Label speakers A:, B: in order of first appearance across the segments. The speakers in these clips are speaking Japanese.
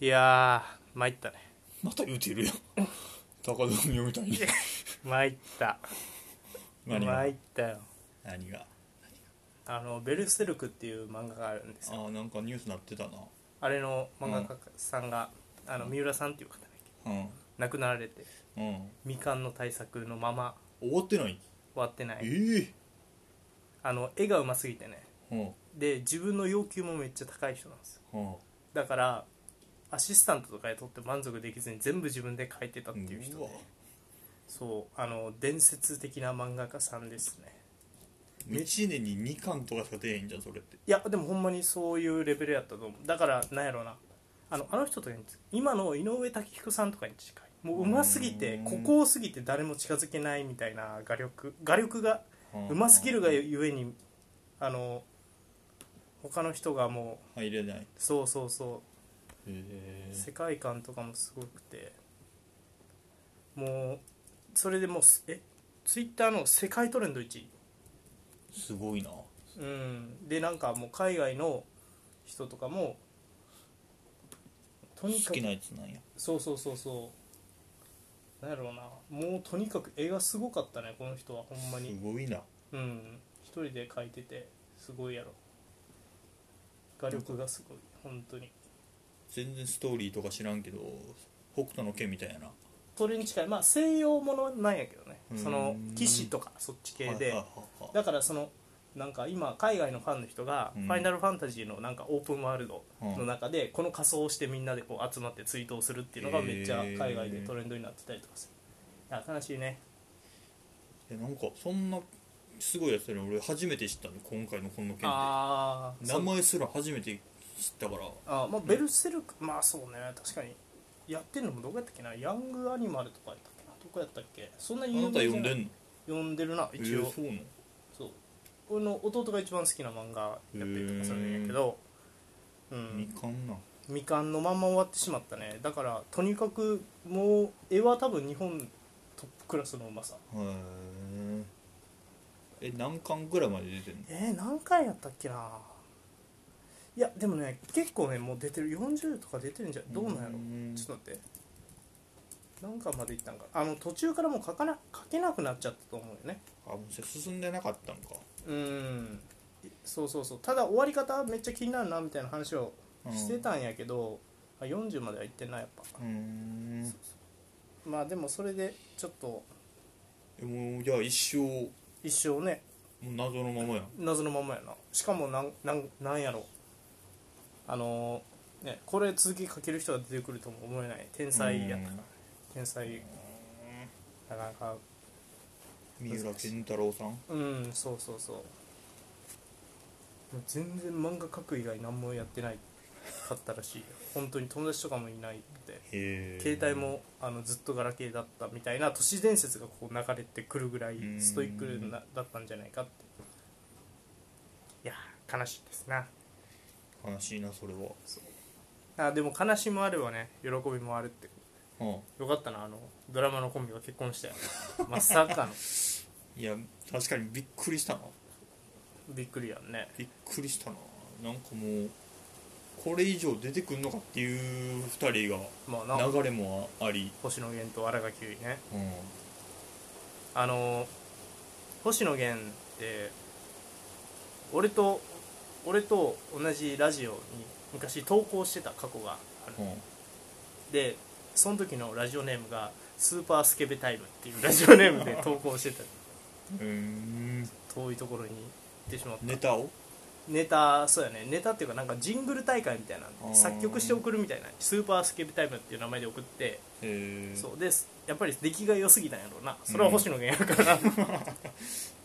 A: いやー参ったね
B: また言うてるやん高田文夫みたいに
A: 参った
B: 何が
A: 参ったよ
B: 何が
A: あの「ベルセルク」っていう漫画があるんです
B: あ
A: よ
B: ーなんかニュースなってたな
A: あれの漫画家さんが、あの三浦さんっていう方だっけ
B: うん
A: 亡くなられて
B: うん
A: 未完の対策のまま
B: 終わってない
A: 終わってない
B: え
A: あの絵がうますぎてね
B: えうん
A: で自分の要求もめっちゃ高い人なんですよ
B: うん
A: だからアシスタントとかで取って満足できずに全部自分で描いてたっていう人
B: うわ
A: でそうあの伝説的な漫画家さんですね
B: 1年に2巻とかしか出えへんじゃんそれって
A: いやでもほんまにそういうレベルやったと思うだからなんやろうなあのあの人とかに今の井上武彦さんとかに近いもううますぎて
B: うん
A: 孤高すぎて誰も近づけないみたいな画力画力がうますぎるが
B: よ
A: ゆえにあの他の人がもう
B: 入れないへ
A: そうそうそ
B: え
A: う世界観とかもすごくてもうそれでもうすえツイッターの世界トレンド1位
B: すごいな
A: うん、でなんかもう海外の人とかもと
B: 好
A: にかく
B: きなやつなんや
A: そうそうそうそうなんやろうなもうとにかく絵がすごかったねこの人はほんますに
B: ごいな
A: うん一人で描いててすごいやろ画力がすごい本当に
B: 全然ストーリーとか知らんけど北斗の拳みたいやな
A: それに近いまあ西洋ものなんやけどね
B: うん
A: その騎士とかそっち系
B: はい
A: で
B: はいはいはい
A: だからそのなんか今海外のファンの人が「
B: う
A: フ
B: ん
A: ァイナルファンタジー」のなんかオープンワールドの中でこの仮装をしてみんなでこう集まって追悼するっていうのがめっちゃ海外でトレンドになってたりとかするいや悲しいね
B: えなんかそんなすごいやつだね俺初めて知ったの今回のこの件
A: あ
B: で名前すら初めて知ったから
A: あまあベルセルクまあそうね確かにやってんのもどこやったっけなヤングアニマルとかやったっけなどこやったっけそんな
B: あ
A: 有
B: なた
A: 名じゃ
B: 読ん
A: い
B: でんの
A: 読んでるな
B: え
A: 一応、
B: ーそうなの
A: そう俺の弟が一番好きな漫画やったりとかするんやけどうん
B: 未完な
A: 未完のまんま終わってしまったねだからとにかくもう絵は多分日本トップクラスのうまさ
B: へええ何巻ぐらいまで出てんの
A: えー、何回やったっけないやでもね結構ねもう出てる40とか出てるんじゃどうなんやろ
B: ー
A: ちょっと待って何巻までいったんかあの途中からもう書かな書けなくなっちゃったと思うよね
B: あもうそれ進んでなかったんか
A: うんそうそうそうただ終わり方めっちゃ気になるなみたいな話をしてたんやけど、あ40までは行ってんないやっぱ
B: うーん
A: まあでもそれでちょっと
B: えもうじゃあ一生も
A: 一生ね
B: う謎のままやん
A: 謎のままやなしかもなんなんなんやろあのーねこれ続き書ける人が出てくるとも思えない天才やったから天才なかなか
B: 三浦健太郎さん
A: うんそうそうそうもう全然漫画描く以外何もやってないかったらしいよ本当に友達とかもいないって
B: へえ
A: 携帯もあのずっとガラケーだったみたいな都市伝説がこう流れてくるぐらいストイックなだったんじゃないかっていやー悲しいですな
B: 悲しいなそれは
A: あでも悲しみもあればね喜びもあるって
B: うん
A: よかったなあのドラマのコンビが結婚したよまさかの
B: いや確かにびっくりしたな
A: びっくりやんね
B: びっくりしたななんかもうこれ以上出てくんのかっていう2人
A: まあな
B: が流れもあり、
A: 星野源と新垣結衣ね
B: うん、
A: あの星野源って俺と俺と同じラジオに昔投稿してた過去がある
B: う
A: でその時のラジオネームが「スーパースケベタイム」っていうラジオネームで投稿してた
B: ん、うーん
A: 遠いところに行ってしまった
B: ネタを
A: ネタそうやねネタっていうかなんかジングル大会みたいな
B: あー
A: 作曲して送るみたいな「スーパースケベタイム」っていう名前で送って
B: えー、
A: そうですやっぱり出来が良すぎたんやろうなそれは星野源やから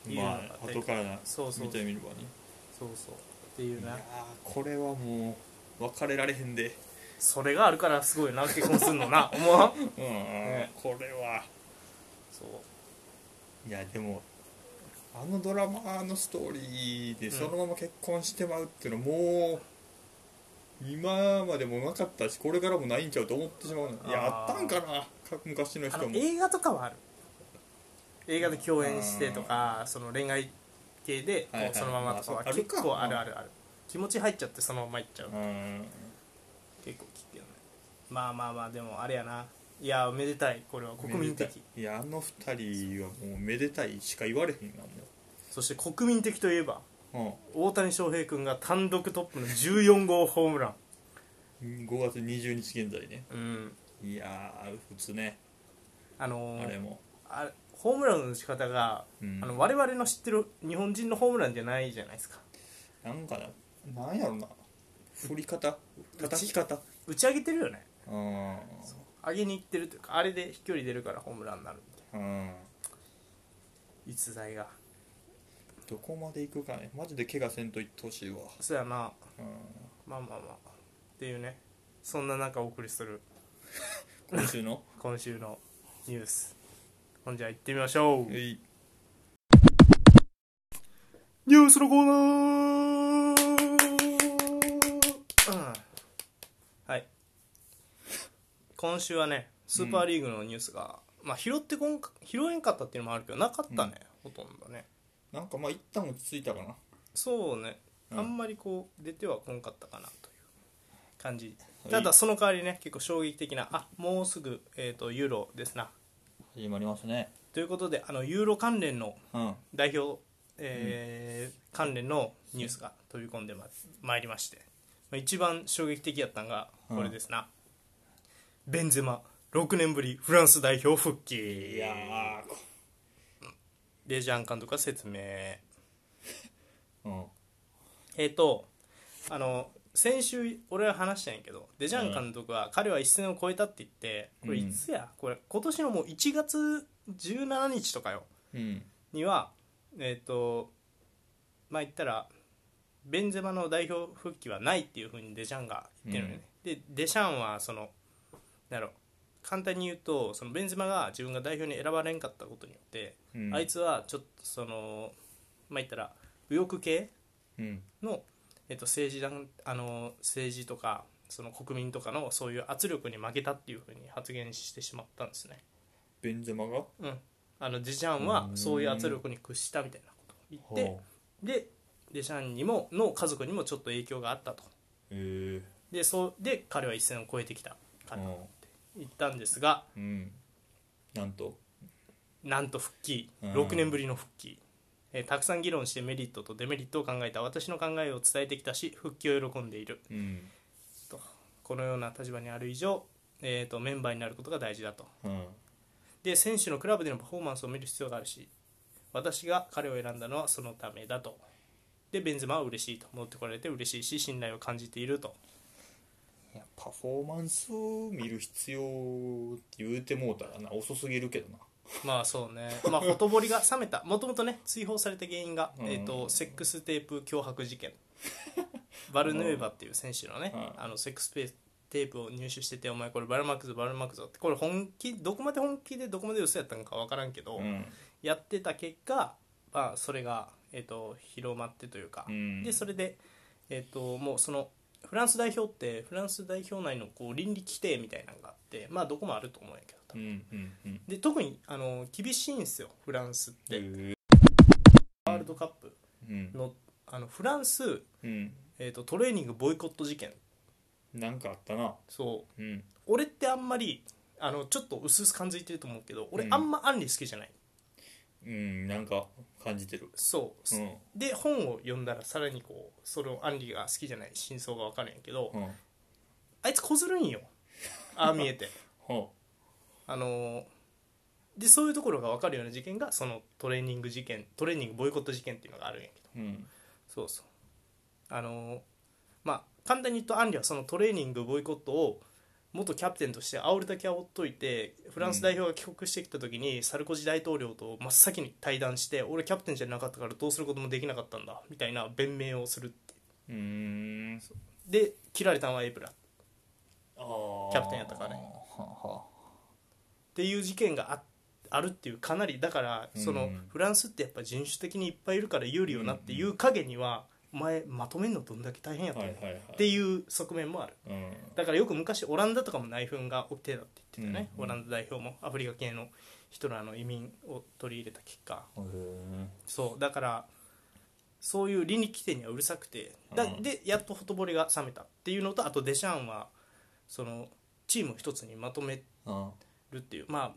A: いいのが
B: ま
A: あっ
B: あ
A: たり
B: 後からな
A: そうそう
B: 見てみればね
A: そうそうっていう
B: いや
A: な
B: ーこれはもう別れられへんで
A: それがあるからすごいな結婚するのな思 わん
B: うん、
A: ね
B: これは
A: そう
B: いやでもあのドラマのストーリーでそのまま結婚してまうっていうのはもう今までもなかったしこれからもないんちゃうと思ってしまうのいやあ
A: あー
B: ったんかなか昔の
A: あ
B: 人
A: の
B: も
A: 映画とかはある映画で共演してとかその恋愛系でこ
B: はいはいう
A: そのままとかは
B: まあそう
A: 結構あ
B: ある
A: る
B: か
A: あるある気持ち入っちゃってそのままいっちゃう
B: うん
A: 結構聞くよねまあまあまあでもあれやないやめでたいこれは国民的
B: いやあの二人はもうめでたいしか言われへんな
A: そして国民的といえば
B: も
A: 大谷翔平君が単独トップの14号ホームラン
B: う、うん、5月20日現在ね
A: うん
B: いやー普通ね
A: あのー
B: あれも
A: あれホームランの打ち方が、
B: うん
A: あの我々の知ってる日本人のホームランじゃないじゃないですか
B: なんかななんやろな振り方叩き方
A: 打ち上げてるよね
B: うん
A: 上げに行ってるというかあれで飛距離出るからホームランになるみたい
B: うん
A: な逸材が
B: どこまで行くかねマジで怪我せんといってほしいわ
A: そうやな
B: うん
A: まあまあまあっていうねそんな中お送りする
B: 今 週の
A: 今週のニュースほんじゃ行ってみましょう
B: えい
A: ニュースのコーナー、うん、はい今週はねスーパーリーグのニュースが、まあ拾ってこんか拾えんかったっていうのもあるけどなかったね、ほとんどね
B: なんかまあ一旦落ち着いたかな
A: そうね、
B: うん
A: あんまりこう出てはこんかったかなという感じ
B: はい
A: ただその代わりね結構衝撃的なあもうすぐ、えー、とユーロですな
B: 始まりますね
A: ということであのユーロ関連の
B: うん
A: 代表、えー関連のニュースが飛び込んでままいりましてまあ一番衝撃的やったのがこれですな、ベンゼマ6年ぶりフランス代表復帰
B: いやーこ
A: レジャン監督が説明
B: うん
A: えっ、とあの先週俺は話したんやけどデジャン監督は彼は一線を越えたって言ってこれいつや、これ今年のもう1月17日とかよ
B: うん
A: にはえっ、とまあ言ったらベンゼマの代表復帰はないっていうふうにデシャンが言ってるのよね、でデシャンはそのなんだろう簡単に言うとそのベンゼマが自分が代表に選ばれんかったことによって、
B: うん
A: あいつはちょっとそのまあ言ったら右翼系
B: うん
A: の、えっと政治団あの政治とかその国民とかのそういう圧力に負けたっていうふうに発言してしまったんですね、
B: ベンゼマが
A: うん、あのデシャンはそういう圧力に屈したみたいなことを言って
B: ほ
A: でデシャンにもの家族にもちょっと影響があったと
B: うへえ
A: でそうで彼は一線を越えてきたかな
B: う
A: っ
B: ん
A: て言ったんですが
B: うんなんと
A: なんと復帰
B: うん
A: 6年ぶりの復帰、えーたくさん議論してメリットとデメリットを考えた私の考えを伝えてきたし復帰を喜んでいる
B: うん
A: とこのような立場にある以上、えー、とメンバーになることが大事だと
B: うん
A: で選手のクラブでのパフォーマンスを見る必要があるし私が彼を選んだのはそのためだとでベンゼマは嬉しいと戻ってこられて嬉しいし信頼を感じていると
B: いやパフォーマンスを見る必要って言うてもうたらな遅すぎるけどな
A: まあそうね、まあ、ほとぼりが冷めたもともとね追放された原因が、
B: うん
A: えー、とセックステープ脅迫事件バルヌーバっていう選手のね、
B: うん
A: あのセックステープを入手しててお前これバルマくぞバルマくぞってこれ本気どこまで本気でどこまで嘘やったのか分からんけど、
B: うん
A: やってた結果、まあ、それが、えー、と広まってというか、
B: うん
A: でそれで、えー、ともうそのフランス代表ってフランス代表内のこう倫理規定みたいなのがあってまあどこもあると思うんやけど多
B: う
A: 分
B: んうんうん
A: で特にあの厳しいんですよフランスって、
B: へえ
A: ワールドカップ
B: うん
A: のあのフランス、
B: うん
A: えー、とトレーニングボイコット事件
B: なんかあったな
A: そう
B: うん
A: 俺ってあんまりあのちょっと薄々感づいてると思うけど俺
B: うん
A: あんまアンリ好きじゃない、
B: うんなんか感じてる
A: そう、
B: うん
A: で本を読んだらさらにこうそれをアンリが好きじゃない真相が分かるんやけど、
B: うん
A: あいつこずるんよああ見えて
B: ほ
A: あのーでそういうところが分かるような事件がそのトレーニング事件トレーニングボイコット事件っていうのがあるんやけど
B: ううん
A: そうそうあのーまあ簡単に言うとアンリはそのトレーニングボイコットを元キャプテンとして煽るだけ煽っといてフランス代表が帰国してきた時にサルコジ大統領と真っ先に対談して俺キャプテンじゃなかったからどうすることもできなかったんだみたいな弁明をするって
B: うーん
A: で切られたのはエイプラっ
B: あー
A: キャプテンやったからね
B: はは
A: ていう事件がああるっていうかなりだからその
B: うん
A: フランスってやっぱ人種的にいっぱいいるから有利よなっていう影にはお前まとめんのどんだけ大変やった
B: は
A: ん
B: い
A: や
B: は
A: っ
B: いはい
A: ていう側面もある
B: うん
A: だからよく昔オランダとかも内紛が起きてたって言ってたね、
B: うん
A: オランダ代表もアフリカ系の人らの移民を取り入れた結果
B: へ
A: そうだからそういう倫理規定にはうるさくてだ
B: うん
A: でやっとほとぼりが冷めたっていうのとあとデシャンはそのチームを一つにまとめ
B: あ
A: るっていうまあ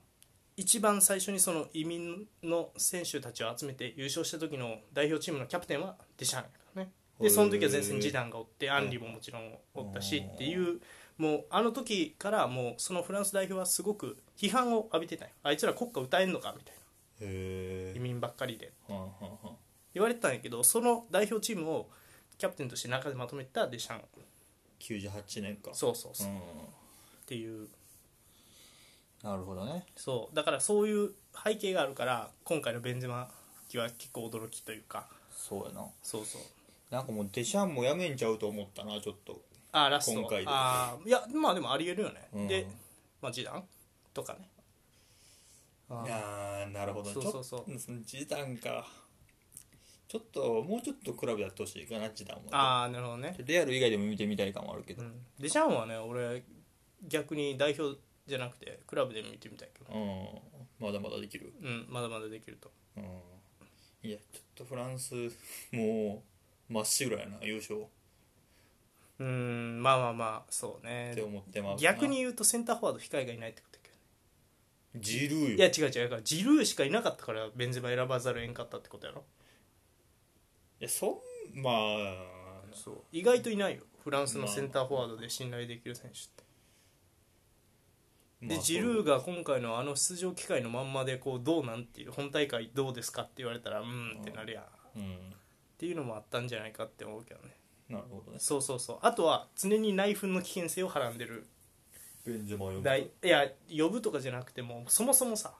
A: 一番最初にその移民の選手たちを集めて優勝した時の代表チームのキャプテンはデシャンやからね
B: へ
A: で
B: ー
A: その時は前線にジダンがおってアンリももちろんおったしっていうもうあの時からもうそのフランス代表はすごく批判を浴びてたんよあいつら国歌歌えんのかみたい
B: へ
A: な移
B: え
A: 民ばっかりで
B: はんはんはん
A: 言われてたんやけどその代表チームをキャプテンとして中でまとめたデシャン
B: 98年か
A: そうそうそううっ
B: ん
A: ていう
B: なるほどね
A: そうだからそういう背景があるから今回のベンゼマ期は結構驚きというか
B: そうやな
A: そうそう
B: なんかもうデシャンもやめんちゃうと思ったなちょっと
A: あーラスト
B: 今回で
A: あーいやまあでもありえるよね、
B: うん
A: で、まあ、示談とかねあー
B: ああなるほど
A: そうそうそう
B: ちょっとん時短かちょっともうちょっとクラブやってほしいかな時短は
A: あーなるほどね、
B: レアル以外でも見てみたい感はあるけ
A: う
B: ど、うん
A: ん、デシャンはね俺逆に代表じゃなくてクラブで見てみたいけど
B: まだまだできる、
A: うんまだまだできると
B: うん、いやちょっとフランス もう真っ白やな優勝っ
A: うーんまあまあまあそうね
B: て思ってます
A: 逆に言うとセンターフォワード控えがいないってことだけどね
B: ジルー
A: い
B: よ
A: や違う違うだからジルーしかいなかったからベンゼマ選ばざるをえんかったってことやろ
B: いやそんまあ
A: そう意外といないよフランスのセンターフォワードで信頼できる選手って
B: ま
A: で
B: あ
A: ジルーが今回のあの出場機会のまんまでこうどうなんっていう本大会どうですかって言われたらうーんってなるやんっ
B: そううん
A: ていうのもあったんじゃないかって思うけどね
B: なるほどね
A: そうそうそうあとは常に内紛の危険性をはらんでる
B: ベンゼマ呼ぶ
A: だいいや呼ぶとかじゃなくてもそもそもさ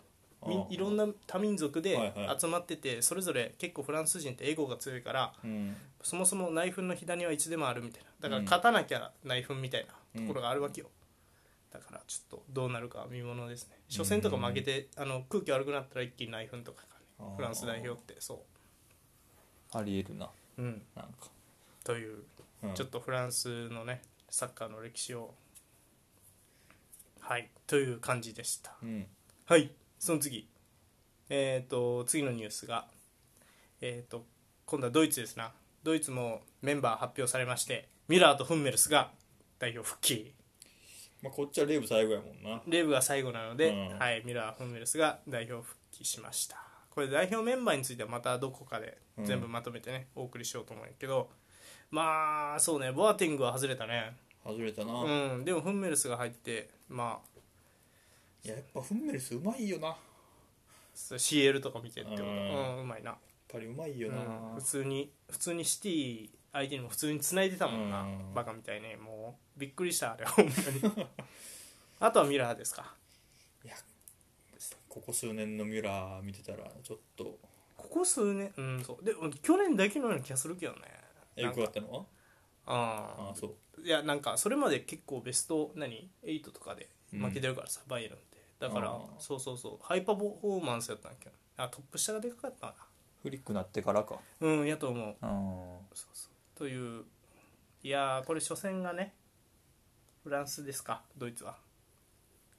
A: み
B: ああ
A: いろんな多民族
B: は
A: で
B: いはい
A: 集まっててそれぞれ結構フランス人ってエゴが強いから
B: うん
A: そもそも内紛の火種はいつでもあるみたいなだから
B: うん
A: 勝たなきゃ内紛みたいなところがあるわけよ、だからちょっとどうなるかは見ものですね初戦とか負けて、あの空気悪くなったら一気に内紛とか
B: あ
A: かね
B: ー
A: フランス代表ってそ
B: ありえるな
A: う、うん、
B: なんか、
A: という
B: うん
A: ちょっとフランスのねサッカーの歴史をはいという感じでした
B: うん
A: はいその次えっ、と次のニュースがえっ、と今度はドイツですなドイツもメンバー発表されましてミュラーとフンメルスが代表復帰
B: まあ、こっちはレーブ最後やもんな
A: レブが最後なので、
B: うん
A: はい、ミュラーフンメルスが代表復帰しましたこれ代表メンバーについてはまたどこかで全部まとめてね、お送りしようと思うんやけどまあそうねボアティングは外れたね
B: 外れたな、い
A: うんでもフンメルスが入ってまあ
B: ややっぱフンメルスうまいよなやっ
A: そう CL とか見てってことう
B: うん
A: ん、うまいな
B: ぱりうまいよな、
A: うん普通に普通にシティ相手にも普通に繋いでたもんな、
B: うん
A: バカみたいねもうびっくりしたあれほんま にあとはミラーですか
B: ここ数年のミュラー見てたらちょっと
A: ここ数年うんそうで去年だけのような気がするけどね
B: えよくあったのは
A: あ
B: ああそう
A: いやなんかそれまで結構ベスト何8とかで負けてるからさ、バイエルンってだか
B: あ
A: ら
B: ー
A: そうそうそうハイパフォーマンスやったんだけどあトップ下がでかかったか
B: フリックなってからか
A: なうんやと思う
B: うん
A: そうそうといういやーこれ初戦がねフランスですかドイツは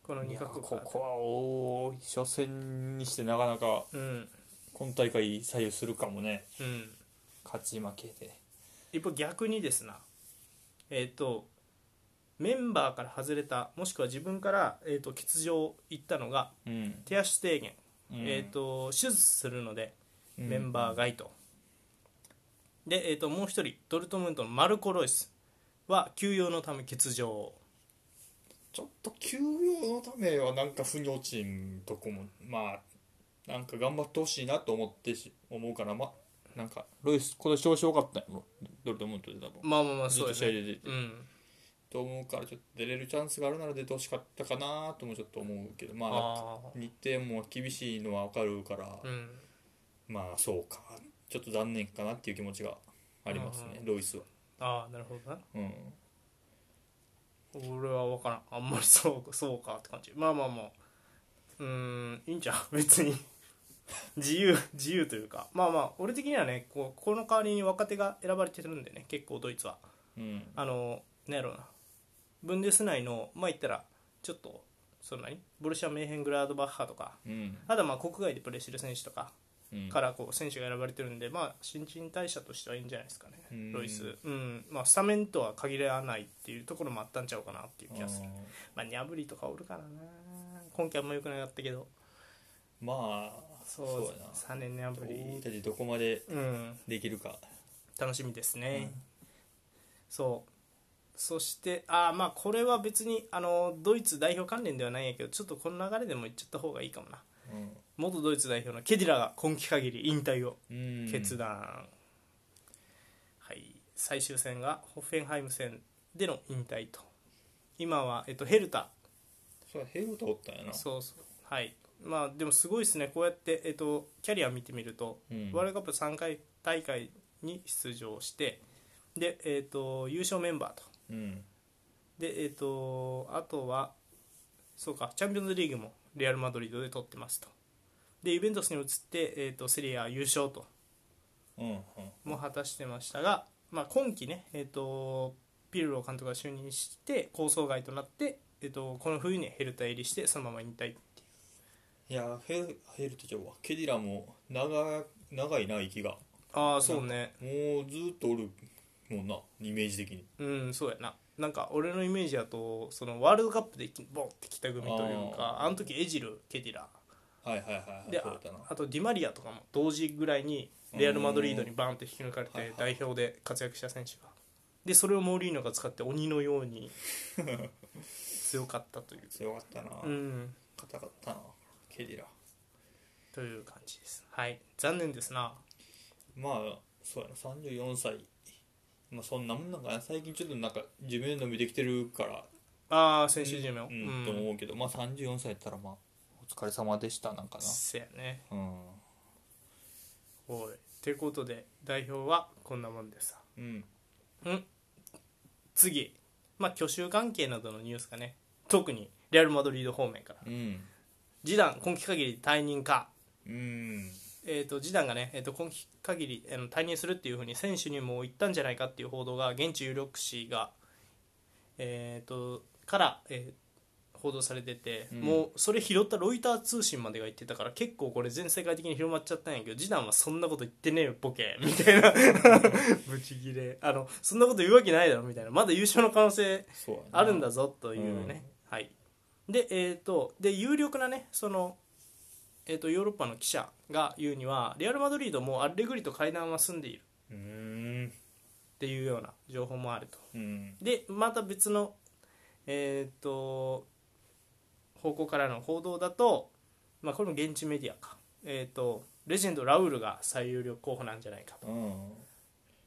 A: この
B: い
A: 2
B: や
A: か国
B: ここはおー初戦にしてなかなか
A: うん
B: 今大会左右するかもね
A: うん
B: 勝ち負けで
A: 一方逆にですなえっ、とメンバーから外れたもしくは自分から、えー、と欠場行ったのが
B: うん、
A: 手足低減、
B: うん
A: えー、と手術するので
B: うん
A: メンバー外と、で、えー、ともう一人ドルトムントのマルコ・ロイスは休養のため欠場
B: ちょっと休養のためはなんか腑に落ちんとこもまあなんか頑張ってほしいなと思ってし思うからまあなんかロイス今年調子良かったんやろドルトムントで多分
A: まあまあまあ
B: ず
A: そう
B: っと
A: です
B: 試合
A: ね
B: で出て
A: うん、
B: と思うからちょっと出れるチャンスがあるなら出てほしかったかなともちょっと思うけどまあ
A: ああ
B: 日程も厳しいのは分かるから、
A: うん
B: まあそうかちょっと残念かなっていう気持ちがありますね、ロイスは
A: ああなるほどな
B: うん
A: 俺は分からんあんまりそうかそうかって感じまあまあまあうーんいいんじゃん 別に自由自由というかまあまあ俺的にはねこうこの代わりに若手が選ばれてるんでね結構ドイツは
B: うん
A: あのなんやろうなブンデス内のまあ言ったらちょっとそんなにボルシア・メーヘングラードバッハとか
B: うん
A: あとはまあ国外でプレーしてる選手とか
B: うん
A: からこう選手が選ばれてるんで、まあ、新陳代謝としてはいいんじゃないですか
B: う
A: ね、
B: ん
A: ロイス、うんまあ、スタメンとは限らないっていうところもあったんちゃうかなっていう気がする、まあ、ニャブリとかおるからな、今季あんま良くなかったけど、
B: まあ
A: そう
B: やな
A: 3年ニャブ
B: 俺
A: リ、
B: たちどこまで
A: うん、
B: できるか
A: 楽しみですね、
B: うん
A: そうそしてあーまあこれは別にあのドイツ代表関連ではないんやけどちょっとこの流れでも言っちゃった方がいいかもな元ドイツ代表のケディラが今季限り引退を
B: うん
A: 決断、はい、最終戦がホッフェンハイム戦での引退と今は、えっと、ヘルタ
B: そうや平和とおったんやな
A: そうそうはいまあでもすごいですねこうやって、えっと、キャリア見てみると、
B: うん
A: ワールドカップ3回大会に出場してで、えっと、優勝メンバーと
B: うん
A: でえっとあとはそうかチャンピオンズリーグもレアル・マドリードで取ってますとでユベントスに移って、えっとセリエ A 優勝と
B: うんうん
A: も果たしてましたが、まあ、今季ね、えー、とピルロ監督が就任して構想外となって、えー、とこの冬にヘルタ入りしてそのまま引退っていう
B: いやヘルヘルトちゃうわケディラも長長いな息が
A: ああそうね
B: もうずーっとおるもんなイメージ的に
A: うんそうやななんか俺のイメージだとそのワールドカップで一気にボンってきた組というか
B: あ
A: あの時エジルケディラ
B: はいはいはい
A: で
B: はいそう
A: あ
B: だな
A: あとディマリアとかも同時ぐらいにレアル・マドリードにバーンって引き抜かれ
B: うんはい
A: て
B: は
A: 代表で活躍した選手がでそれをモーリーノが使って鬼のように強かった という
B: 強かったな
A: うん
B: 硬かったなケディラ
A: という感じですはい残念ですな
B: まあそうやな34歳まあそんなもんなんかな最近ちょっとなんか寿命伸びてきてるから
A: ああ選手寿命
B: う、
A: うん
B: と
A: ん
B: 思うけどまあ34歳やったらまあお疲れ様でしたなんか
A: せやね
B: なうん、
A: おいてことで代表はこんなもんでさ
B: うん、
A: 次まあ去就関係などのニュースがね特にレアル・マドリード方面から
B: うん
A: ジダン今季限り退任か
B: うん
A: えー、と示談がね、えー、と今期限りあの退任するっていうふうに選手にも言ったんじゃないかっていう報道が現地有力紙が、えー、とから、えー報道されてて、
B: うん
A: もうそれ拾ったロイター通信までが言ってたから結構これ全世界的に広まっちゃったんやけど示談はそんなこと言ってねえよボ ケみたいな ブチギレあのそんなこと言うわけないだろみたいなまだ優勝の可能性
B: そうやな
A: あるんだぞというね、はいでえっ、とで有力なねそのえー、とヨーロッパの記者が言うにはレアル・マドリードもアレグリと会談は済んでいるっ
B: うん
A: ていうような情報もあると
B: うん
A: でまた別のえっ、と方向からの報道だと、まあ、これも現地メディアかえっ、とレジェンドラウルが最有力候補なんじゃないかと
B: うん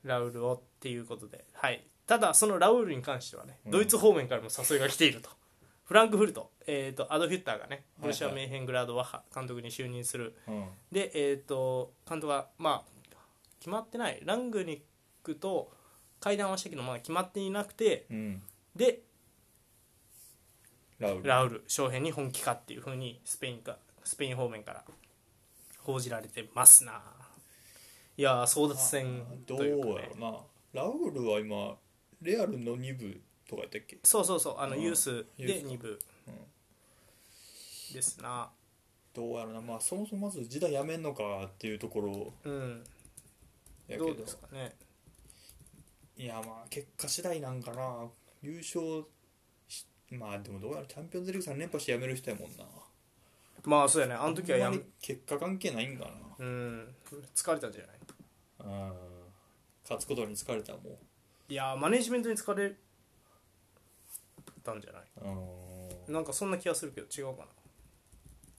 A: ラウルをっていうことで、はい、ただそのラウルに関してはね、
B: うん
A: ドイツ方面からも誘いが来ているとフランクフルト、えー、とアドフュッターがね
B: はいはい
A: ブルシア・メーヘングラード・ワッハ監督に就任する
B: うん
A: で、えー、と監督はまあ決まってないラングニックと会談はしたけどまだ決まっていなくて
B: うん
A: で
B: ラウル
A: ラウル翔平に本気かっていうふうにスペインかスペイン方面から報じられてますないやー争奪戦
B: ど
A: と
B: うや
A: いうか、ね、
B: ろうなラウルは今レアルの2部とかやったっけ
A: そうそうそうあの
B: うん
A: ユース
B: ユー
A: で
B: ス
A: 2部ですな
B: どうやろうなまあそもそもまず時代やめんのかっていうところ
A: うん
B: やけ
A: ど
B: ど
A: うですかね
B: いやまあ結果次第なんかな優勝しまあでもどうやらチャンピオンズリーグ3連覇してやめる人やもんな
A: まあそうやねあの時はや
B: あん
A: め
B: まり結果関係ないんか
A: うん疲れたんじゃない
B: なうん勝つことに疲れたも
A: いやーマネジメントに疲れたんじゃないう
B: うん
A: なんかそんな気がするけど違うか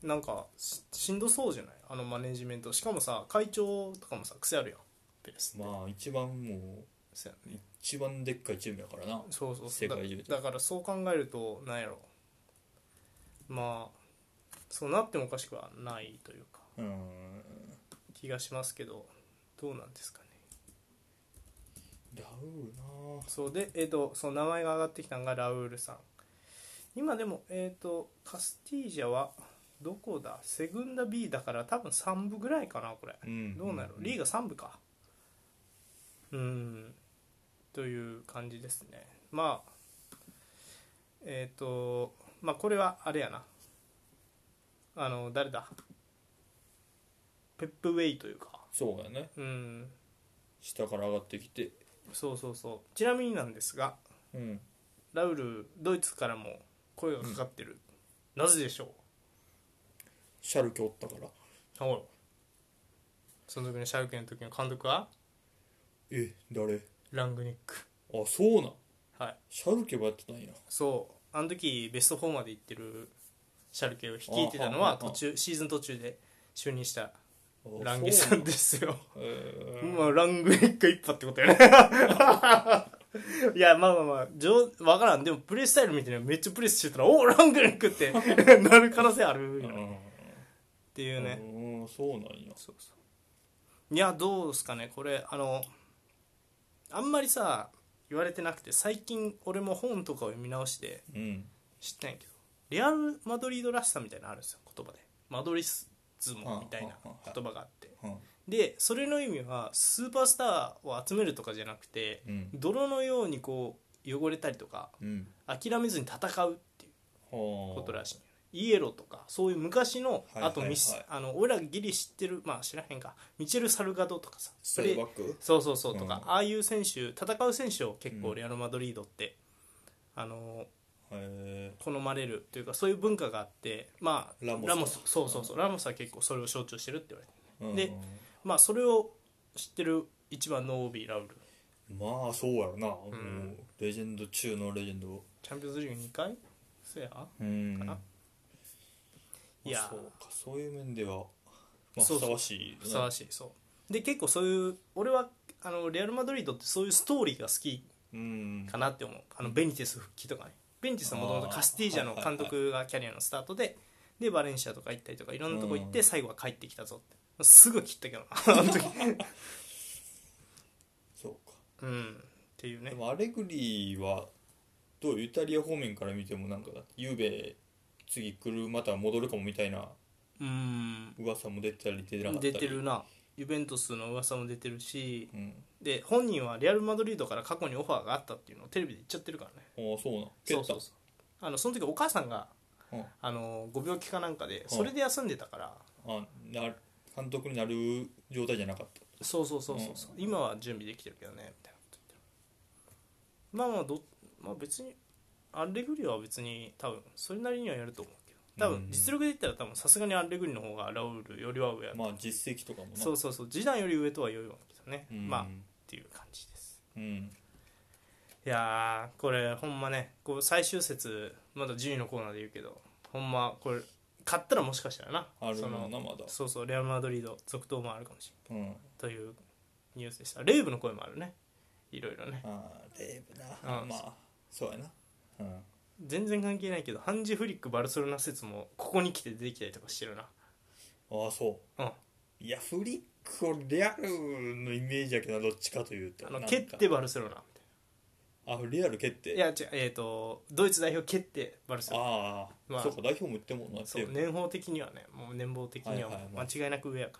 A: ななんかししんどそうじゃないあのマネジメントしかもさ会長とかもさ癖あるやんペレスって
B: まあ一番も
A: そう
B: う
A: やね
B: 一番でっかいチームやからな
A: そうそうそ
B: 世
A: うだ
B: 界中で
A: だからそう考えるとなんやろまあそうなってもおかしくはないというか
B: うん
A: 気がしますけどどうなんですかね
B: ラウルな
A: そうで、えっとその名前が上がってきたのがラウールさん今でも、えっとカスティージャはどこだセグンダ B だから多分3部ぐらいかなこれ
B: うん
A: どうなるリーガ3部かうんという感じですねまあえっ、とまあこれはあれやなあの誰だペップウェイというか
B: そうやね
A: うん
B: 下から上がってきて
A: そうそうそうちなみになんですが
B: うん
A: ラウルドイツからも声がかかってる、なぜでしょ
B: シャルケおったから
A: うおうその時のシャルケの時の監督は
B: え誰
A: ラングニック
B: あそうなん
A: はい
B: シャルケもやってたんや
A: そうあの時ベスト4まで行ってるシャルケを率いてたのは
B: あはあはあ
A: 途中シーズン途中で就任した
B: あ
A: ランギさんですよ
B: そうなんへー
A: まあラングニック一派ってことやねいやまあまあまあ上分からんでもプレースタイル見てねめっちゃプレスしてたらおラングニックって なる可能性あるよねっていうね
B: うんうんそうなんや
A: そうそういやどうですかねこれあのあんまりさ言われてなくて最近俺も本とかを読み直して
B: うん
A: 知ったんやけどレアル・マドリードらしさみたいなのあるんですよ言葉でマドリスズムみたいな言葉があって
B: うん
A: でそれの意味はスーパースターを集めるとかじゃなくて
B: うん
A: 泥のようにこう汚れたりとか
B: うん
A: 諦めずに戦うっていうこ
B: こと
A: らしいんよねイエロとかそういう昔の
B: はいはいはい
A: あとミスあの俺らギリ知ってるまあ知らへんかミチェル・サルガドとかさ
B: スレイバック
A: そうそうそうとか、
B: うん
A: ああいう選手戦う選手を結
B: う
A: 構
B: ん
A: レアル・マドリードって、あの
B: へ
A: 好まれるというかそういう文化があってまあ
B: ラモス
A: そうそうそうラモスは結構それを象徴してるって言われてる
B: ー
A: でまあそれを知ってる一番の OB ラウル
B: うんまあそうやろなもうんうレジェンド中のレジェンド
A: チャンピオンズリーグ2回せや
B: うん
A: な
B: まあ
A: いやー
B: そうかそういう面ではまあ
A: そうそう
B: ふさわしい
A: ふさわ
B: し
A: しいそうで結構そういう俺はあのレアル・マドリードってそういうストーリーが好き
B: いうん
A: かなって思うあのベニテス復帰とかねベニテスはもともとカスティージャの監督がキャリアのスタートででバレンシアとか行ったりとかいろんなとこ行っ
B: う
A: て最後は帰ってきたぞってすぐ切ったけど なあの時
B: そうか
A: うんっていうね
B: でもアレグリーはどうイタリア方面から見てもなんかゆうべ次来るまた戻るかもみたいな
A: うん
B: 噂も出てたり出てなかった
A: 出
B: り
A: てるなユベントスの噂も出てるし
B: うん
A: で本人はレアル・マドリードから過去にオファーがあったっていうのをテレビで言っちゃってるからね
B: ああそうなん
A: そうそうそうあのその時お母さんが
B: うん
A: あのご病気かなんかでそれで休んでたから
B: あな監督になる状態じゃなかった
A: そうそうそうそうそう、今は準備できてるけどねみたいなこと言ってるまあまあどまあ別にアレグリは別に多分それなりにはやると思うけど多
B: う
A: 分
B: ん
A: 実力で言ったら多分さすがにアレグリの方がラウルよりは上やと、
B: まあ実績とかもな
A: そうそうそう次男より上とは言うわけどね、
B: うん
A: まあっていう感じです
B: うん
A: いやーこれほんまねこう最終節まだ順位のコーナーで言うけどほんまこれ勝ったらもしかしたらな
B: ある
A: そ
B: もん
A: の
B: なまだ
A: そうそうレアル・マドリード続投もあるかもしれない
B: うん
A: というニュースでしたレイブの声もあるねいろいろね
B: ああレーブな
A: うん
B: まあそうやなうん
A: 全然関係ないけどハンジ・フリック・バルセロナ説もここに来て出てきたりとかしてるな
B: ああそ
A: うんあ
B: ういやフリックをレアルのイメージやけどなどっちかというと
A: の
B: なんか
A: 蹴ってバルセロナみ
B: あレアル蹴ったて
A: いなや違うえっ、とドイツ代表蹴ってバルセロナ
B: ああ、
A: まあ
B: そうか代表も言ってんもんな
A: そう
B: レーブ
A: 年俸的にはねもう年俸的にはも
B: はいはいうはい
A: 間違いなく上やか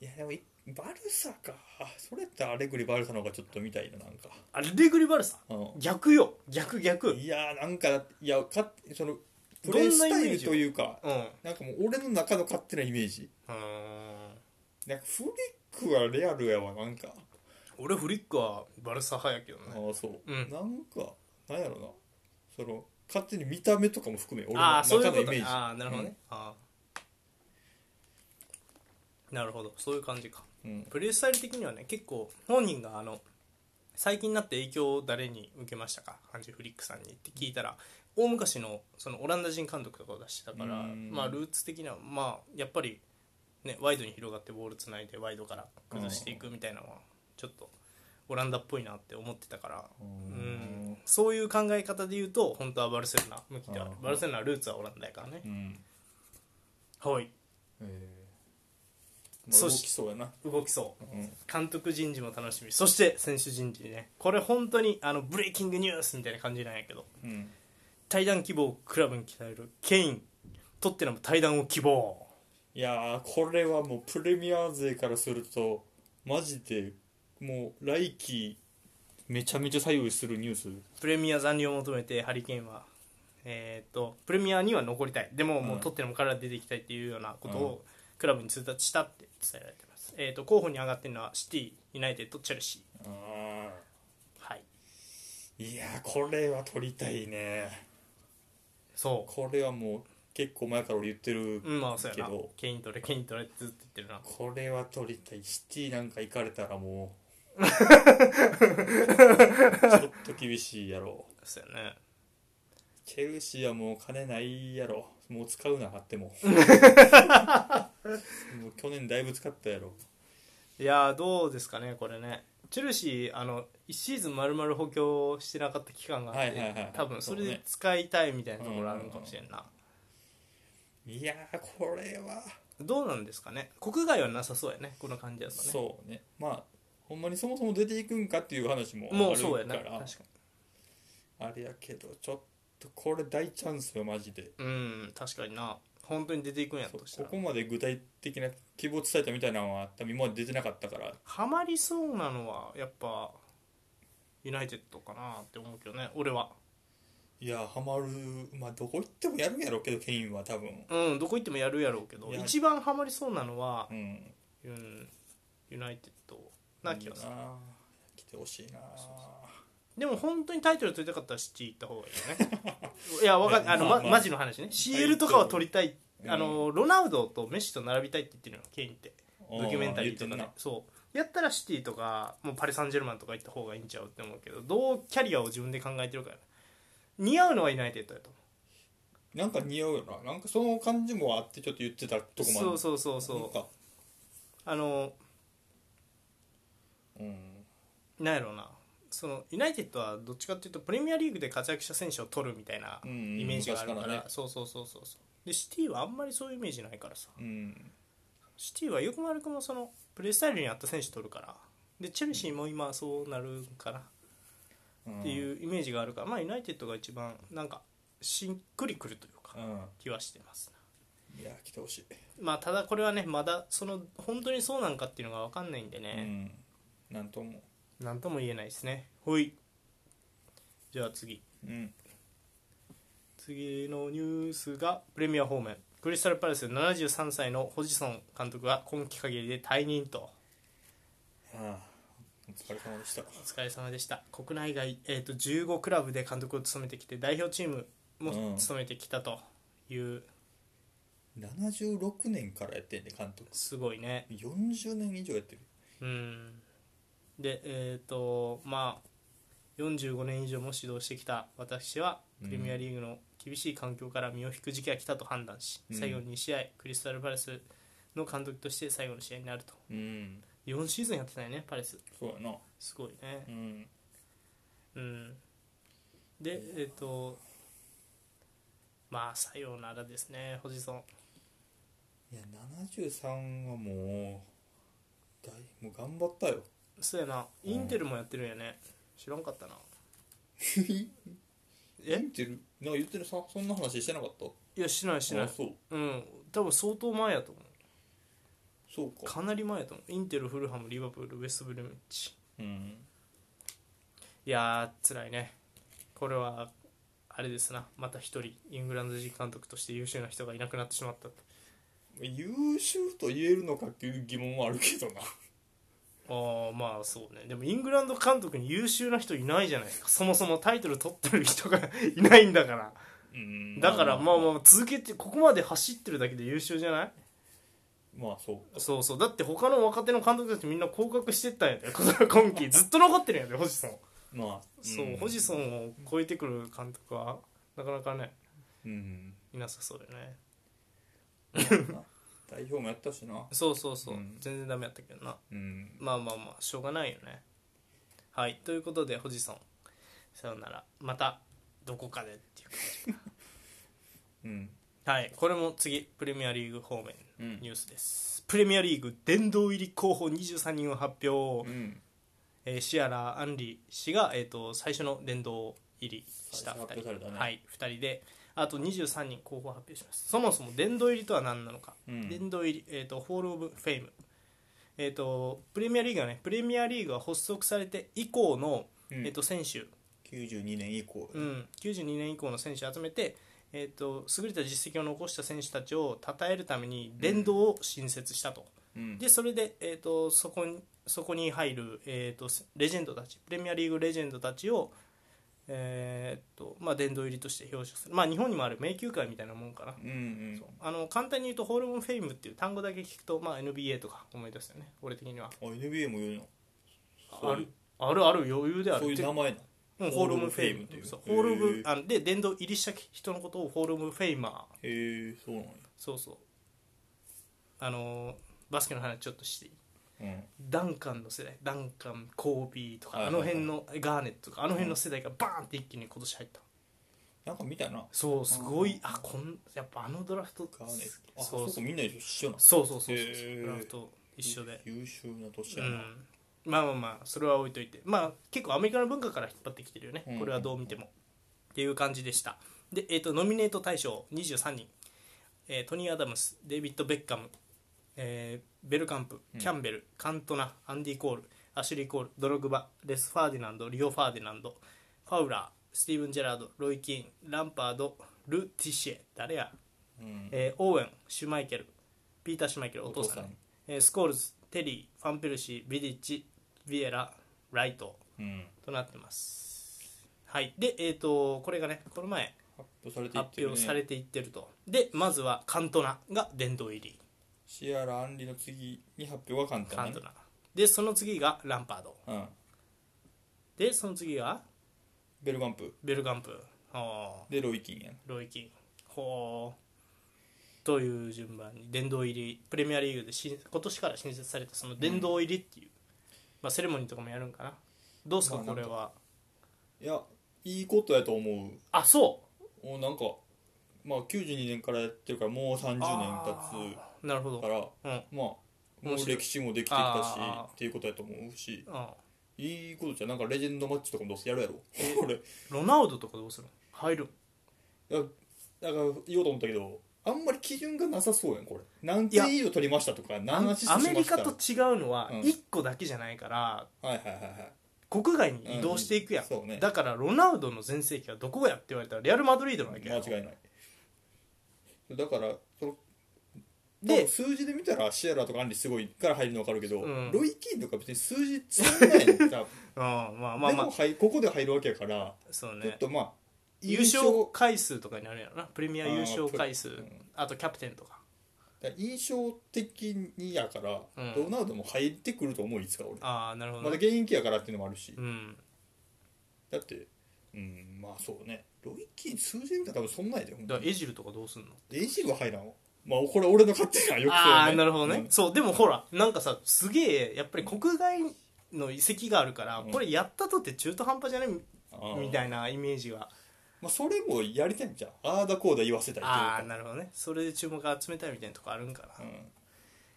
A: ら、
B: いやでもいバルサかそれってアレグリバルサの方がちょっと見たいななんか
A: あレグリ・バルサ
B: う
A: 逆よ逆逆
B: んいやなんかいやかそのプ
A: どんな
B: レースタ
A: イ
B: イ
A: メー
B: ル
A: ジ
B: というか
A: うん
B: なんかもう俺の中の勝手なイメージ
A: うーん
B: なんかフリックはレアルやわなんか
A: 俺フリックはバルサ派やけどね
B: ああそう、
A: うん
B: なんかなんやろなその勝手に見た目とかも含め俺の
A: ああーそうい
B: 中
A: うこ
B: のイ
A: と
B: メー
A: ね
B: ジ
A: ああなるほどね、ああなるほどそういう感じか
B: うん
A: プレースタイル的にはね結構本人があの最近になって影響を誰に受けましたかハンジ・フリックさんにって聞いたら大昔のそのオランダ人監督とかを出してたから
B: うん
A: まあ、ルーツ的には、まあ、やっぱり、ね、ワイドに広がってボールつないでワイドから崩していくみたいなのはちょっとオランダっぽいなって思ってたから
B: うん
A: うんそういう考え方で言うと本当はバルセロナ向きである
B: うん
A: バルセロナはルーツはオランダやからね
B: う、ん
A: はい
B: ええまあ、動
A: そし
B: きそうやな
A: 動きそう
B: うん
A: 監督人事も楽しみそして選手人事ねこれ本当にあのブレイキングニュースみたいな感じなんやけど
B: うん
A: 対談希望をクラブに鍛えるケイントッテナム対談を希望
B: いやーこれはもうプレミア勢からするとマジでもう来季めちゃめちゃ左右するニュース
A: プレミア残留を求めてハリケーンはえーっとプレミアには残りたいでももう
B: うん
A: トッテナムから出ていきたいっていうようなことをクラブに通達したって伝えられてます、えー、と候補に上がってるのはシティユナイテッドチェルシー
B: あ
A: はい
B: ーいやーこれは取りたいね
A: そ
B: これはもう結構前から俺言ってる
A: ううんまあそうやな
B: けど
A: ケイン取れケイン取れってずっと言ってるな
B: これは取りたいシティなんか行かれたらもうちょっと厳しいやろ
A: そうやね
B: チェルシーはもう金ないやろもう使うなあっ てももう去年だいぶ使ったやろ
A: いやーどうですかねこれねチェルシーあの1シーズン丸々補強してなかった期間があって、
B: はいはいはい
A: 多分それ
B: そう
A: で
B: ね
A: 使いたいみたいなところあるのかもしれんな、
B: いやーこれは
A: どうなんですかね国外はなさそうやねこの感じだとね
B: そうねまあほんまにそもそも出ていくんかっていう話もあ
A: もう
B: る
A: そうや
B: か
A: な確から
B: あれやけどちょっとこれ大チャンスよマジで
A: にうん確かにな本当に出ていくんや
B: そう
A: とした
B: こ
A: ら
B: こまで具体的な希望を伝えたみたいなのは多分今まで出てなかったから
A: ハマりそうなのはやっぱユナイテッドかなって思うけどね俺はい
B: やハマるまあどこ行ってもやるんやろうけどケインは多分
A: うんどこ行ってもやるやろうけど
B: いや
A: 一番ハマりそうなのは
B: う、ん
A: うん、ユナイテッドな気がする
B: いいな来てほしいな
A: でも本当にタイトル取りたかったらシティ行った方がいいよ ねいやわかんあの、
B: まあ
A: ま
B: まあ
A: マジの話ね CL とかは取りたい
B: うん
A: あのロナウドとメッシと並びたいって言ってるのよケインって
B: うん
A: ドキュメンタリーと
B: 言
A: かね
B: ってんな
A: そうやったらシティとかもうパリ・サンジェルマンとか行った方がいいんちゃうって思うけどどうキャリアを自分で考えてるから似合うのはユナイテッドやと思
B: なんか似合うよななんかその感じもあってちょっと言ってたと
A: う
B: こもある
A: そうそうそう
B: なん
A: そう
B: か
A: あの
B: うん
A: なんやろうなそのユナイテッドはどっちかっていうとプレミアリーグで活躍した選手を取るみたいな
B: う
A: イ
B: んうん
A: メージがあるから,、
B: 昔からね
A: そうそうそうそうそうでシティはあんまりそういうイメージないからさ
B: うん
A: シティはよくも悪くもそのプレースタイルに合った選手取るからでチェルシーも今そうなるかな
B: うん
A: っていうイメージがあるから、まあ、ユナイテッドが一番なんかしんくりくるというか
B: う
A: 気はしてますね、
B: んいや来てほしい
A: まあ、ただこれはねまだその本当にそうなんかっていうのが分かんないんで
B: う
A: ね、
B: んなんとも
A: なんとも言えないですねほいじゃあ次
B: うん
A: 次のニュースがプレミア方面クリスタルパレス73歳のホジソン監督が今季限りで退任と
B: ああお疲れ様でした
A: お疲れ様でした国内外、えー、と15クラブで監督を務めてきて代表チームも務めてきたという、
B: 76年からやってんね監督
A: すごいね
B: 40年以上やってる
A: うんでえっ、とまあ45年以上も指導してきた私は
B: うん
A: プレミアリーグの厳しい環境から身を引く時期が来たと判断し、
B: うん
A: 最後の2試合クリスタル・パレスの監督として最後の試合になると
B: うん
A: 4シーズンやってたよねパレス
B: そうやな
A: すごいね
B: うん
A: うんでえっ、とまあさようならですねホジソン
B: いや73はもうだいもう頑張 ったよ
A: そうやなインテルもやってるんやね知らんかったな
B: 言っ
A: え
B: てるなんか言ってるさそんな話してなかった
A: いやしないしな
B: あ
A: い
B: そう
A: うん多分相当前やと思う
B: そうか
A: かなり前やと思うインテルフルハムリバプールウェストブルームッチ
B: うん
A: いやー辛いねこれはあれですなまた一人イングランド人監督として優秀な人がいなくなってしまったと
B: 優秀と言えるのかっていう疑問はあるけどな
A: ああまあそうねでもイングランド監督に優秀な人いないじゃないですかそもそもタイトル取ってる人が いないんだから
B: うん
A: だからまあまあ続けてここまで走ってるだけで優秀じゃない
B: まあそう
A: そうそうだって他の若手の監督たちみんな降格してったんやで今季ずっと残ってるんやで星さん
B: まあ
A: そう、
B: ん
A: ホジソンを超えてくる監督はなかなかね
B: うん
A: いなさそうだよね
B: 代表もやったしな
A: そうそうそう、
B: うん
A: 全然ダメやったけどな
B: うん
A: まあまあまあしょうがないよねはいということでホジソンさよならまたどこかでっていう
B: うん
A: かはいこれも次プレミアリーグ方面
B: う
A: ニ
B: ん
A: ュースです、プレミアリーグ殿堂入り候補23人を発表、
B: うん
A: えーシアラ・アンリ氏が、えー、と最初の殿堂入りした
B: 最初発表されたね
A: はい、2人であと23人候補を発表しますそもそも殿堂入りとは何なのか、
B: うん
A: 殿堂入り、えー、とホール・オブ・フェイム、えー、とプレミアリーグはねプレミアリーグが発足されて以降の、
B: うん
A: えー、と選手、
B: 92年以降
A: うん、92年以降の選手を集めて、えー、と優れた実績を残した選手たちを称えるために殿堂を新設したと、
B: うん
A: でそれで、えー、とそこにそこに入る、えー、とレジェンドたちプレミアリーグレジェンドたちを、えーとまあ、殿堂入りとして表彰する、まあ、日本にもある名球会みたいなもんかな、
B: うんうん
A: そうあの簡単に言うとホルモンフェイムっていう単語だけ聞くと、まあ、NBA とか思い出すよね俺的には
B: あ NBA も言うのそう
A: あるあるある余裕である
B: そういう名前
A: う
B: な
A: んホールムフェイム
B: ホールムフェイムという
A: そうホールム
B: へー
A: あので殿堂入りした人のことをホールムフェイマー
B: へえそうなんや
A: そうそうあのーバスケの話ちょっとしていい
B: うん
A: ダンカンの世代ダンカンコービーとか、
B: はいはいはい
A: あの辺のガーネットとかあの辺の世代がバーンって一気に今年入った、
B: なんか見たな
A: そうすごいあこんやっぱあのドラフト
B: ガーネットあ
A: そ
B: そうう
A: そ
B: そううみんな一緒な
A: そうそうそうそう
B: へー
A: ドラフト一緒で
B: 優秀な年
A: う
B: やな、
A: んまあまあまあそれは置いといてまあ結構アメリカの文化から引っ張ってきてるよね
B: うん
A: これはどう見ても、っていう感じでしたで、えー、とノミネート大賞23人、えートニー・アダムスデイビッド・ベッカム、えーベルカンプキャンベル、カントナアンディ・コールアシュリー・コールドログバレス・ファーディナンドリオ・ファーディナンドファウラースティーブン・ジェラードロイ・キーンランパードル・ティシエ誰や
B: うん
A: えーオーウェン、シュマイケル、ピーター・シュマイケル、お父さん、
B: お父さん
A: えースコールズ、テリー、ファンペルシー、ビディッチ、ビエラ、ライト
B: うん、
A: となってます。はい、で、えー、とこれがね、この前
B: 発表され
A: 発
B: ていってる、ね、
A: 表されていってると、で、まずはカントナが殿堂入り、
B: シアラ・アンリの次に発表が簡
A: カン
B: 単
A: ト
B: だね
A: ナ、で、その次がランパード、
B: うん
A: で、その次が
B: ベルガンプ
A: ベルガンプ、ほ
B: でロイキンやな
A: うロイキン、ほう。という順番に殿堂入りプレミアリーグで新今年から新設されたその殿堂入りっていう、まあ、セレモニーとかもやるんかなどうすか、
B: まあな
A: こ
B: ん
A: れ
B: か
A: はい
B: やいいことやと思う
A: あそう
B: おなんかまあ92年からやってるからもう30年経
A: なるほど
B: つから
A: うん
B: まあも
A: 面
B: う
A: 白い
B: 歴史もできてきたし
A: あー
B: っていうことやと思うし
A: うん
B: いいことじゃんなんかレジェンドマッチとかもどうせやるやろ 俺
A: ロナウドとかどうするの入る
B: いやなんか言おうと思ったけどあんまり基準がなさそうやんこれ何点以上取りましたとか何アシス
A: ア
B: トし
A: メ
B: ま
A: リ
B: した
A: カと違うのは
B: うん
A: 1個だけじゃないから、
B: はいはいはいはい
A: 国外に移動していくやん、
B: うんそうね
A: だからロナウドの全盛期はどこやって言われたらレアル・マドリードなわけや
B: 間
A: ろ
B: 違いないだからその
A: で
B: 多分数字で見たらシアラとかアンリすごいから入るの分かるけど、
A: うん
B: ロイ・キーンとか別に数字つかない んだ
A: うんまあまあま
B: で
A: あ
B: も入ここで入るわけやから、
A: そう
B: ちょっ
A: ね
B: とまあ
A: 優勝回数とかになるやろなプレミア優勝回数
B: あープレ
A: あとキャプテンとか
B: だから印象的にやから、
A: うん
B: ロナウドも入ってくると思ういつか俺
A: ああなるほ
B: ま
A: ど、
B: だ
A: ね
B: 現役やからっていうのもあるし、
A: うん
B: だってうんまあそうねロイ・キーン数字で見たら多分そんないでほん
A: だか
B: と
A: ら
B: に
A: エジルとかどうすんの
B: エジルは入らんわまあこれ俺の勝手なよく
A: ああーなるほどね、そうでもほらなんかさすげえやっぱり国外の遺跡があるから、
B: うん
A: これやったとって中途半端じゃないみみた
B: い
A: いなイメージは
B: まあ、それもやりたいんじゃんああだこうだ言わせたいという
A: あ
B: か
A: あーなるほどねそれで注目集めたいみたいなとこあるんかな、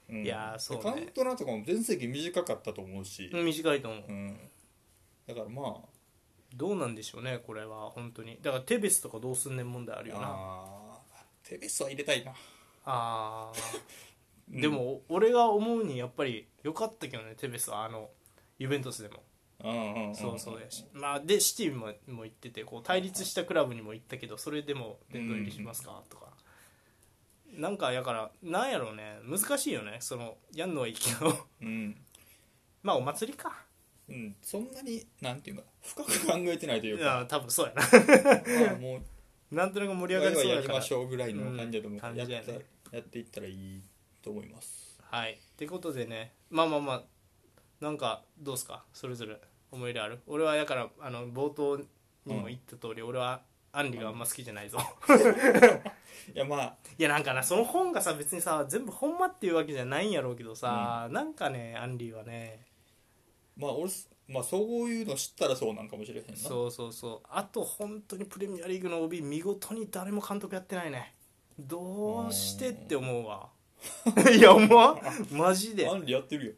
B: うんうん
A: いやーそうね
B: カウントラとかも全盛期短かったと思うし、
A: うん短いと思う、
B: うんだからまあ
A: どうなんでしょうねこれは本当にだからテベスとかどうすんねん問題あるよなあ
B: あーテベスは入れたいな、
A: あー
B: うん
A: でも俺が思うにやっぱり良かったけどねテベスはあのユベントスでも
B: うんうんんん
A: そうそうやし、まあ、でシティもも行っててこう対立したクラブにも行ったけどそれでも殿堂入りしますかとか、なんかやからなんやろうね難しいよねそのやんのはいいけど
B: うん、
A: まあお祭りか
B: うん、そんなになんていうか深く考えてないとい
A: いう
B: か
A: や多分そうやな
B: まあもう
A: なんとなく盛り上
B: ワ
A: がりそ
B: イワ
A: う
B: イや
A: や
B: り
A: か
B: ま
A: ら
B: しょうぐらいの感じだと思うから、
A: うん感じ
B: や
A: や
B: った
A: ね
B: やっていったらいいと思います
A: はいってことでねまあまあまあなんかどうっすかそれぞれ思い入れある俺はやからあの冒頭にも言った通り、俺はアンリがあんま好きじゃないぞ
B: いやまあ
A: いやなんかなその本がさ別にさ全部ほんまっていうわけじゃないんやろうけどさ、なんかねアンリーはね
B: まあ俺すまあそういうの知ったらそうなんかもしれへんな
A: そうそうそうあと本当にプレミアリーグの OB 見事に誰も監督やってないねどうしてって思うわ いや思わんマジで
B: アンリやってるよ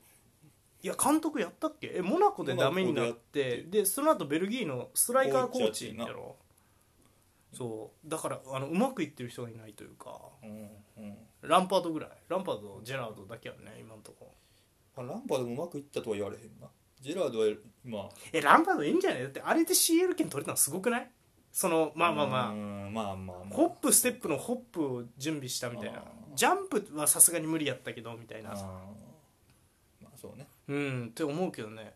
A: いや監督やったっけえモナコでダメになっ
B: モナコでや
A: てでその後ベルギーのストライカーコーチや
B: コーチや
A: ろそうだからあのうまくいってる人がいないというか
B: うんうん
A: ランパードぐらいランパードジェラードだけやね今のとこ
B: まあ、ランバーでもうまくいったとは言われへんなジェラードは今
A: えランパードいいんじゃないだってあれで CL 権取れたのすごくないそのまあまあ
B: う
A: ま
B: んまあまあ
A: あ
B: まあ
A: ホップステップのホップを準備したみたいな
B: あー
A: ジャンプはさすがに無理やったけどみたいな
B: あーまあそうね
A: うんって思うけどね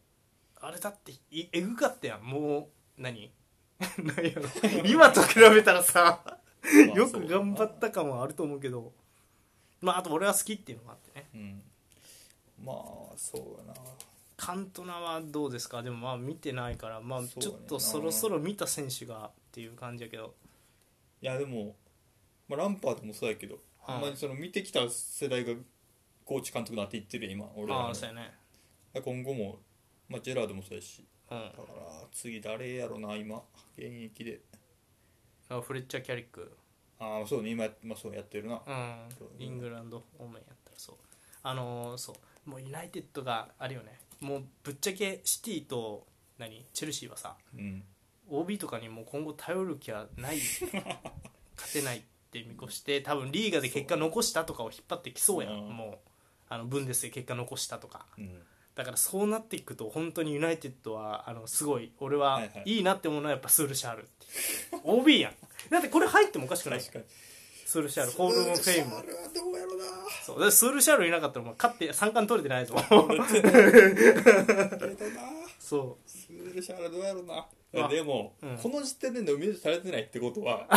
A: あれだっていえぐかったやんもう何 何 やろ今と比べたらさ
B: まあ
A: よ
B: そ
A: く
B: う
A: 頑張った感はあると思うけどまああと俺は好きっていうのもあってね
B: うんまあそうだな
A: カントナはどうですかでもまあ見てないからまあ
B: そうだね
A: ちょっとそろそろ見た選手がっていう感じやけど
B: いやでも、まあ、ランパードもそうやけど、
A: はい
B: あんまりその見てきた世代がコーチ監督になっていってるやん今俺ら
A: あ
B: の
A: あそうやね
B: 今後も、まあ、ジェラードもそうやし
A: うん
B: だから次誰やろな今現役で
A: あフレッチャー・キャリック
B: ああそうね今や,、まあ、そうやってるな
A: うん
B: そう
A: イングランド方面やったらそうあのーそうもうユナイテッドがあるよねもうぶっちゃけシティと何チェルシーはさ
B: うん、
A: OB とかにもう今後頼る気は ない勝てないって見越して多分リーガで結果残したとかを引っ張ってきそうやん
B: うん
A: もうあのブンデスで結果残したとか
B: うん、
A: だからそうなっていくと本当にユナイテッドはあのすごい俺は
B: はいはい
A: いいなって思うのはやっぱスールシャールって OB やんだってこれ入ってもおかしくない
B: 確かに
A: スールシャールホールオブフェイム
B: スールシャールはどうやろ
A: そうだからスールシャールいなかったらもう勝って三冠取れて ないぞ
B: うなけどな
A: そ
B: スールシャールはどうやろうな
A: まあ
B: でも、
A: うん
B: この時点でノミネートされてないってこと は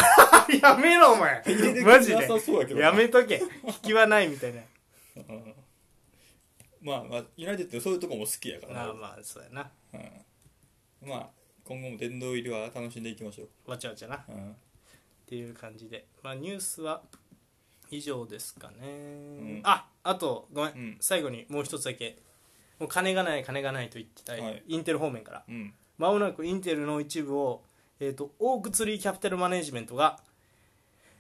A: うやめろお前
B: 入れて
A: マジ
B: なさそうやけ
A: で
B: ど
A: やめとけ引きはないみたいな
B: うんまあまあユナイテッドそういうとこも好きやから
A: まあまあそうやな
B: うん、まあ今後も殿堂入りは楽しんでいきましょう、
A: わちゃわちゃなっ
B: うん
A: ていう感じでまあニュースは以上ですかね
B: ん
A: ああとごめ
B: うんん
A: 最後にもう一つだけもう金がない金がないと言ってた
B: はい
A: インテル方面から
B: うん、
A: まもなくインテルの一部を、えー、とオークツリーキャピタルマネジメントが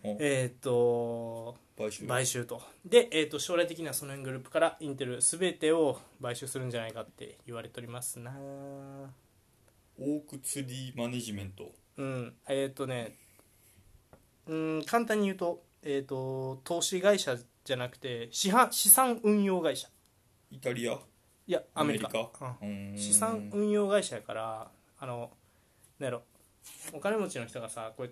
B: お
A: えっ、と
B: 買収
A: 買収とで、えー、と将来的にはその辺グループからインテル全てを買収するんじゃないかって言われておりますな
B: オークツリーマネジメント
A: うんえっ、とねうん簡単に言うと,、えー、と投資会社じゃなくて資産資産運用会社
B: イタリア
A: いやアメリカうん
B: うーん
A: 資産運用会社やからあのなんやろお金持ちの人がさこれ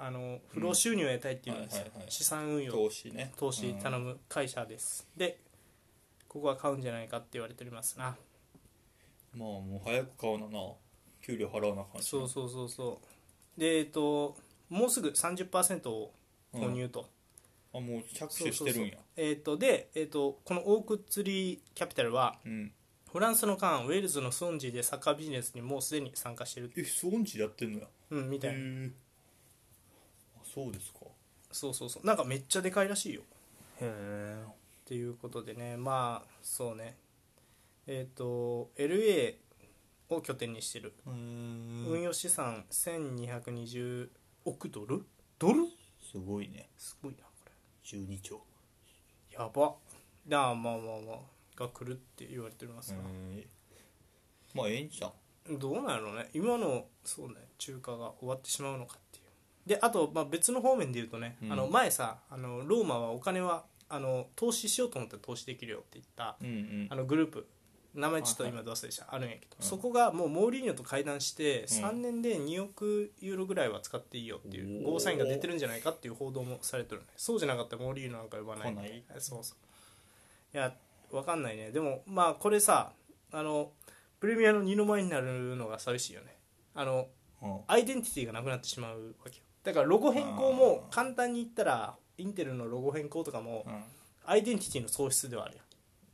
A: あの不労収入を得たいっていうのですよ
B: はいはいはい
A: 資産運用
B: 投資ね
A: 投資頼
B: む、
A: む会社ですでここは買うんじゃないかって言われておりますな
B: うんまあもう早く買うなな給料払わなあかんし
A: そうそうそうそうでえっともうすぐ30%を購入と、
B: あもう着
A: そう
B: 手
A: そ
B: し
A: う
B: て
A: そ
B: る
A: うん
B: や
A: えっとで、えっとこのオークツリーキャピタルは
B: うん
A: フランスのカンウェールズのソンジーでサッカービジネスにもうすでに参加してる、
B: えソンジやってんのや
A: うん、みたいな
B: へえあそうですか
A: そうそうそうなんかめっちゃでかいらしいよ
B: へえ
A: っていうことでねまあそうねえっ、と LA を拠点にしてる運用資産1220億ドルドル
B: すごいね
A: すごいなこ
B: 12兆
A: れやばだあまあまあまあが来るって言われてます
B: へ
A: な、
B: えまあええんじゃん
A: どうなんやろうね今のそうね中華が終わってしまうのかっていうであと、まあ、別の方面で言うとね、
B: うん
A: あの前さあのローマはお金はあの投資しようと思ったら投資できるよって言った
B: うんうん
A: あのグループ名前ちょっと
B: はい
A: 今どうせでしたあるんやけど、
B: うん
A: そこがもうモーリーニョと会談して
B: うん
A: 3年で2億ユーロぐらいは使っていいよっていう
B: おー
A: ゴーサインが出てるんじゃないかっていう報道もされてるねそうじゃなかったらモーリーニョなんか呼ばない
B: 来ない
A: そうそういやわかんないねでもまあこれさあのプレミアの二の舞になるのが寂しいよねあの
B: うん
A: アイデンティティがなくなってしまうわけよだからロゴ変更も簡単に言ったらインテルのロゴ変更とかも
B: うん
A: アイデンティティの喪失ではあるよ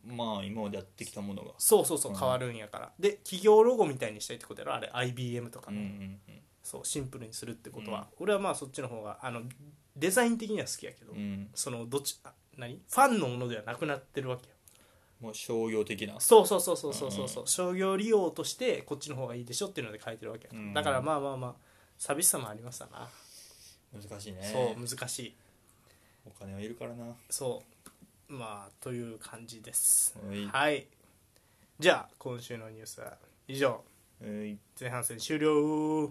B: まあ今までやってきたものが
A: そうそうそう
B: うん
A: 変わるんやから、で企業ロゴみたいにしたいってことやろあれ IBM とか
B: うん
A: ね、そうシンプルにするってことは、俺はまあそっちの方があのデザイン的には好きやけど、
B: うんうんうん
A: そのどっちあ何ファンのものではなくなってるわけよ
B: もう商業的な
A: そうそうそうそうそうそうそう、商業利用としてこっちの方がいいでしょっていうので書いてるわけやから、
B: うん
A: だからまあまあまあ寂しさもありましたな、
B: 難しいね
A: そう難しい
B: お金はいるからな
A: そうまあという感じです
B: はい
A: はいじゃあ今週のニュースは以上
B: えい
A: 前半戦終了